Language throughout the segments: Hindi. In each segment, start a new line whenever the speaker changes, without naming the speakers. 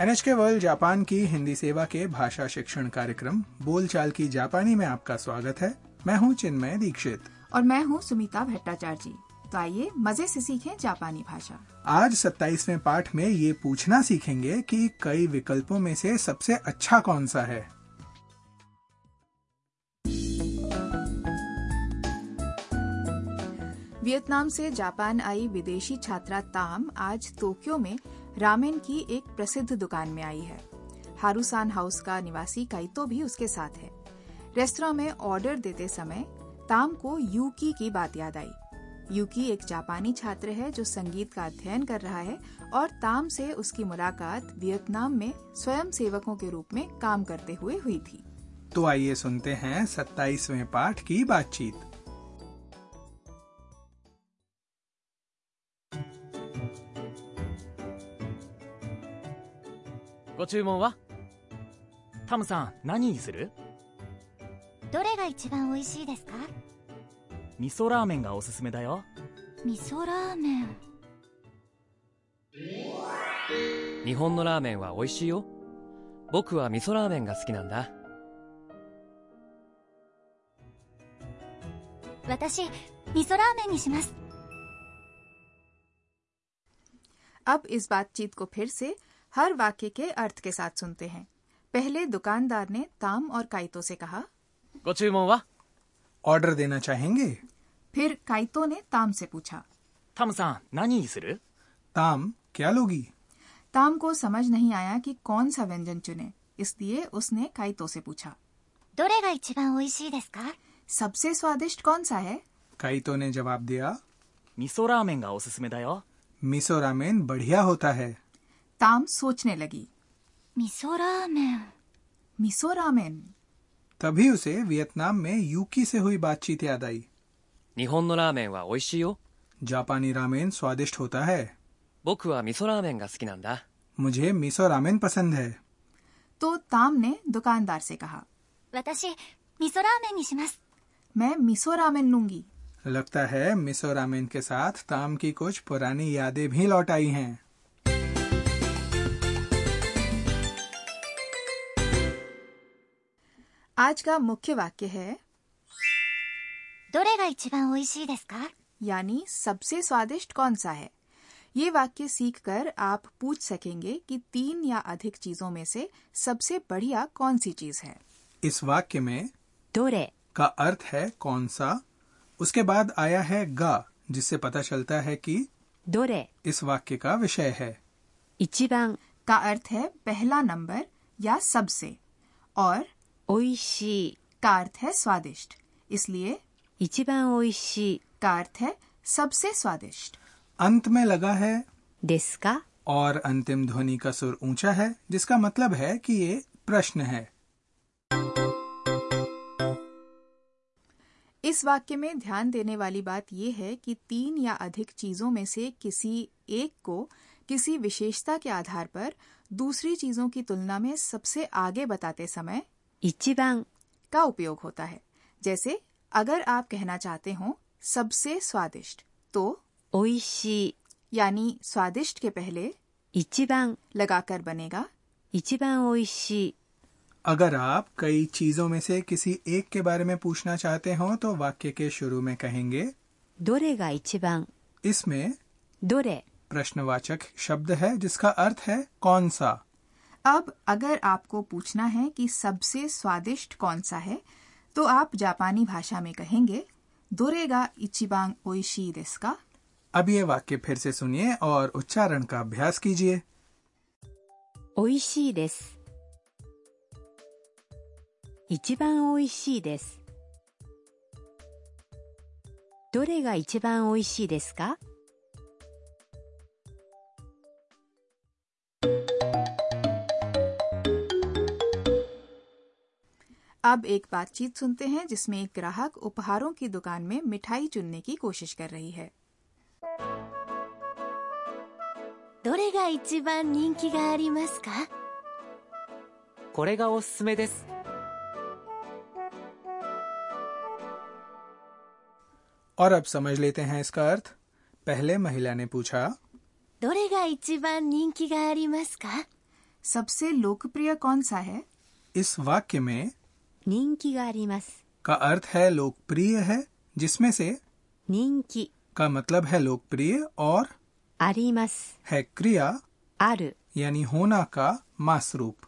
NHK वर्ल्ड जापान की हिंदी सेवा के भाषा शिक्षण कार्यक्रम बोलचाल की जापानी में आपका स्वागत है मैं हूं चिन्मय दीक्षित
और मैं हूँ सुमिता भट्टाचार्य जी तो आइए मजे से सीखें जापानी भाषा
आज 27वें पाठ में ये पूछना सीखेंगे कि कई विकल्पों में से सबसे अच्छा कौन सा है
वियतनाम से जापान आई विदेशी छात्रा ताम आज टोक्यो में रामेन की एक प्रसिद्ध दुकान में आई है हारूसान हाउस का निवासी काइतो भी उसके साथ है रेस्तरा में ऑर्डर देते समय ताम को यूकी की बात याद आई यूकी एक जापानी छात्र है जो संगीत का अध्ययन कर रहा है और ताम से उसकी मुलाकात वियतनाम में स्वयं सेवकों के रूप में काम करते हुए हुई थी
तो आइए सुनते हैं 27वें पाठ की बातचीत
ご注文はタムさん何にする
どれが一番美味しいですか
味噌ラーメンがおすすめだよ
味噌ラーメン
日本のラーメンは美味しいよ僕は味噌ラーメンが好きなんだ
私味噌ラーメンにします
अब इस बातचीत को फिर से हर वाक्य के अर्थ के साथ सुनते हैं पहले दुकानदार ने ताम और काइतो से कहा
ご注文は
ऑर्डर देना चाहेंगे
फिर काइतो ने ताम से पूछा
タムさん何にする
ताम क्या लोगी
ताम को समझ नहीं आया कि कौन सा व्यंजन चुने इसलिए उसने काइतो से पूछा
どれが一番美味しいですか
सबसे स्वादिष्ट कौन सा है
काइतो ने जवाब दिया
味噌ラーメンがおすすめだよ
मिसो रामेन बढ़िया होता है
ताम सोचने लगी
味噌ラーメン
मिसो रामेन
तभी उसे वियतनाम में यूकी से हुई बातचीत याद आई
日本のラーメンは美味しいよ
जापानी रामेन स्वादिष्ट होता है
僕は味噌ラーメンが好きなんだ
मुझे मिसो रामेन पसंद है
तो ताम ने दुकानदार से कहा
私味噌ラーメンにします
मैं मिसो रामेन लूंगी
लगता है मिसो रामेन के साथ ताम की कुछ पुरानी यादें भी लौट आई हैं।
आज का मुख्य वाक्य है
どれが一番美味しいですか
यानी सबसे स्वादिष्ट कौन सा है ये वाक्य सीखकर आप पूछ सकेंगे कि तीन या अधिक चीजों में से सबसे बढ़िया कौन सी चीज है
इस वाक्य में
どれ
का अर्थ है कौन सा उसके बाद आया है गा जिससे पता चलता है कि
どれ
इस वाक्य का विषय है
一番
का अर्थ है पहला नंबर या सबसे और
美味しい
का अर्थ है स्वादिष्ट इसलिए
一番美味しい
का अर्थ है सबसे स्वादिष्ट
अंत में लगा है
ですか
और अंतिम ध्वनि का सुर ऊंचा है जिसका मतलब है कि ये प्रश्न है
इस वाक्य में ध्यान देने वाली बात यह है कि तीन या अधिक चीजों में से किसी एक को किसी विशेषता के आधार पर दूसरी चीजों की तुलना में सबसे आगे बताते समय
一番
का उपयोग होता है जैसे अगर आप कहना चाहते हो सबसे स्वादिष्ट तो
美味しい
यानी स्वादिष्ट के पहले
一番
लगाकर बनेगा
一番美味しい
अगर आप कई चीजों में से किसी एक के बारे में पूछना चाहते हो तो वाक्य के शुरू में कहेंगे
どれが一番
इसमें
どれ
प्रश्नवाचक शब्द है जिसका अर्थ है कौन सा
अब अगर आपको पूछना है कि सबसे स्वादिष्ट कौन सा है तो आप जापानी भाषा में कहेंगे दोरेगा इचिबांग ओइशी देस का
अब ये वाक्य फिर से सुनिए और उच्चारण का अभ्यास कीजिए
美味しいです一番美味しいですどれが一番美味しいですか
अब एक बातचीत सुनते हैं जिसमें एक ग्राहक उपहारों की दुकान में मिठाई चुनने की कोशिश कर रही है
どれが一番人気がありますか
これがおすすめです
और अब समझ लेते हैं इसका अर्थ पहले महिला ने पूछा
どれが一番人気がありますか
सबसे लोकप्रिय कौन सा है
इस वाक्य में
人気があります。
का अर्थ है लोकप्रिय है जिसमें से
人気、
का मतलब है लोकप्रिय और
あります。
है क्रिया
ある、
यानी होना का मासरूप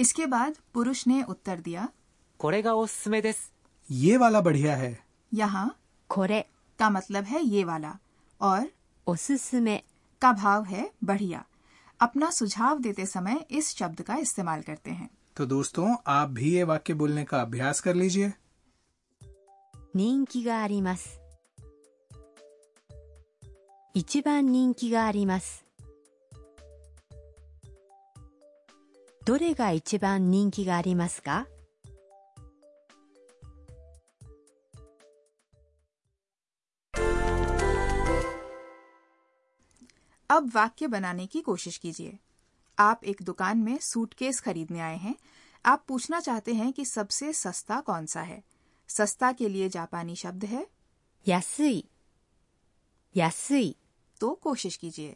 इसके बाद पुरुष ने उत्तर दिया
これがおすすめです。
ये वाला बढ़िया है
यहाँ
これ、
का मतलब है ये वाला और
おすすめ、
का भाव है बढ़िया अपना सुझाव देते समय इस शब्द का इस्तेमाल करते हैं
तो दोस्तों आप भी ये वाक्य बोलने का अभ्यास कर लीजिए
人気があります。一番人気があります。どれが一番人気がありますか
अब वाक्य बनाने की कोशिश कीजिए आप एक दुकान में सूटकेस खरीदने आए हैं आप पूछना चाहते हैं कि सबसे सस्ता कौन सा है सस्ता के लिए जापानी शब्द है
安い、安い、
तो कोशिश कीजिए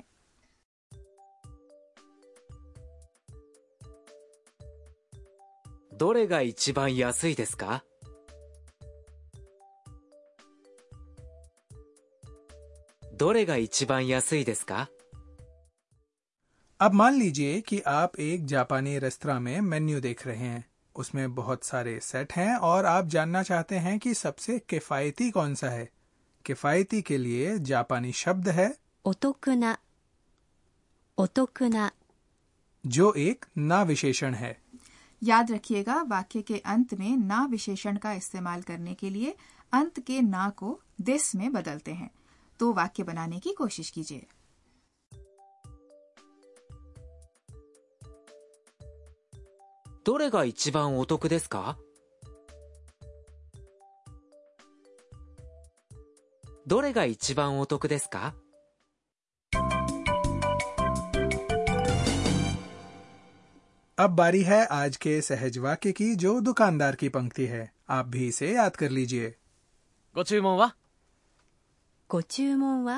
どれが一番安いですかどれが一番安いですか
अब मान लीजिए कि आप एक जापानी रेस्तरा में मेन्यू देख रहे हैं उसमें बहुत सारे सेट हैं और आप जानना चाहते हैं कि सबसे किफायती कौन सा है किफायती के लिए जापानी शब्द है
お得な、お得な、
जो एक ना विशेषण है
याद रखिएगा वाक्य के अंत में ना विशेषण का इस्तेमाल करने के लिए अंत के ना को दिस में बदलते हैं तो वाक्य बनाने की कोशिश कीजिए
どれが一番お得ですかどれが一番お得ですか
अब बारी है आज के सहज वाक्य की जो दुकानदार की पंक्ति है आप भी इसे याद कर लीजिए
ご注文は
ご注文は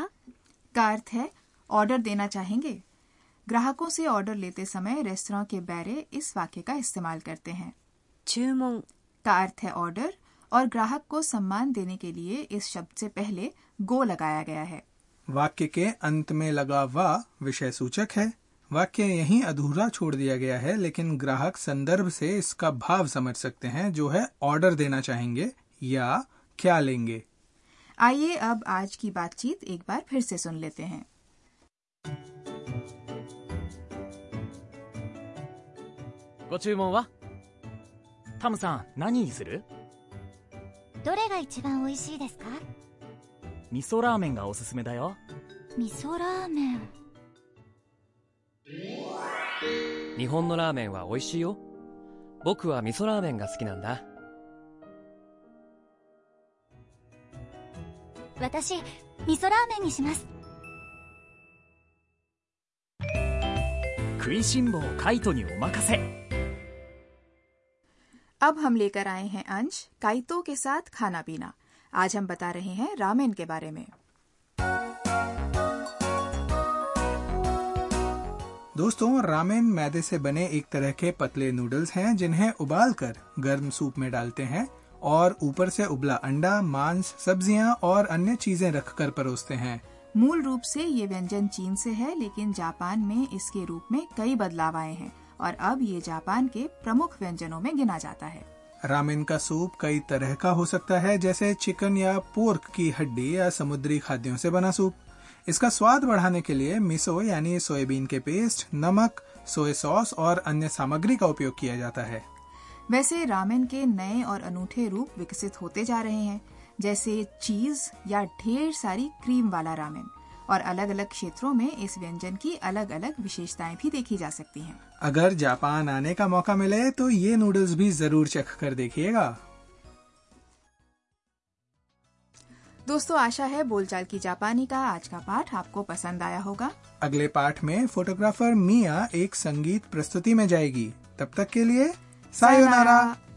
का अर्थ है ऑर्डर देना चाहेंगे ग्राहकों से ऑर्डर लेते समय रेस्तरां के बैरे इस वाक्य का इस्तेमाल करते हैं
注文、
का अर्थ है ऑर्डर और ग्राहक को सम्मान देने के लिए इस शब्द से पहले गो लगाया गया है
वाक्य के अंत में लगा वा विषय सूचक है वाक्य यहीं अधूरा छोड़ दिया गया है लेकिन ग्राहक संदर्भ से इसका भाव समझ सकते हैं जो है ऑर्डर देना चाहेंगे या क्या लेंगे
आइए अब आज की बातचीत एक बार फिर से सुन लेते हैं
ご注文はタムさん何にする
どれが一番美味しいですか
味噌ラーメンがおすすめだよ
味噌ラーメン
日本のラーメンは美味しいよ。僕は味噌ラーメンが好きなんだ。
私味噌ラーメンにします
食いしん坊カイトにお任せ
अब हम लेकर आए हैं अंश काइतो के साथ खाना पीना आज हम बता रहे हैं रामेन के बारे में
दोस्तों रामेन मैदे से बने एक तरह के पतले नूडल्स हैं जिन्हें उबालकर गर्म सूप में डालते हैं और ऊपर से उबला अंडा मांस सब्जियां और अन्य चीजें रखकर परोसते हैं
मूल रूप से ये व्यंजन चीन से है लेकिन जापान में इसके रूप में कई बदलाव आए हैं और अब ये जापान के प्रमुख व्यंजनों में गिना जाता है
रामेन का सूप कई तरह का हो सकता है जैसे चिकन या पोर्क की हड्डी या समुद्री खाद्यों से बना सूप इसका स्वाद बढ़ाने के लिए मिसो यानी सोयाबीन के पेस्ट नमक सोया सॉस और अन्य सामग्री का उपयोग किया जाता है
वैसे रामेन के नए और अनूठे रूप विकसित होते जा रहे हैं जैसे चीज या ढेर सारी क्रीम वाला रामेन और अलग अलग क्षेत्रों में इस व्यंजन की अलग अलग विशेषताएं भी देखी जा सकती हैं।
अगर जापान आने का मौका मिले तो ये नूडल्स भी जरूर चख कर देखिएगा
दोस्तों आशा है बोलचाल की जापानी का आज का पाठ आपको पसंद आया होगा
अगले पाठ में फोटोग्राफर मिया एक संगीत प्रस्तुति में जाएगी तब तक के लिए सायोनारा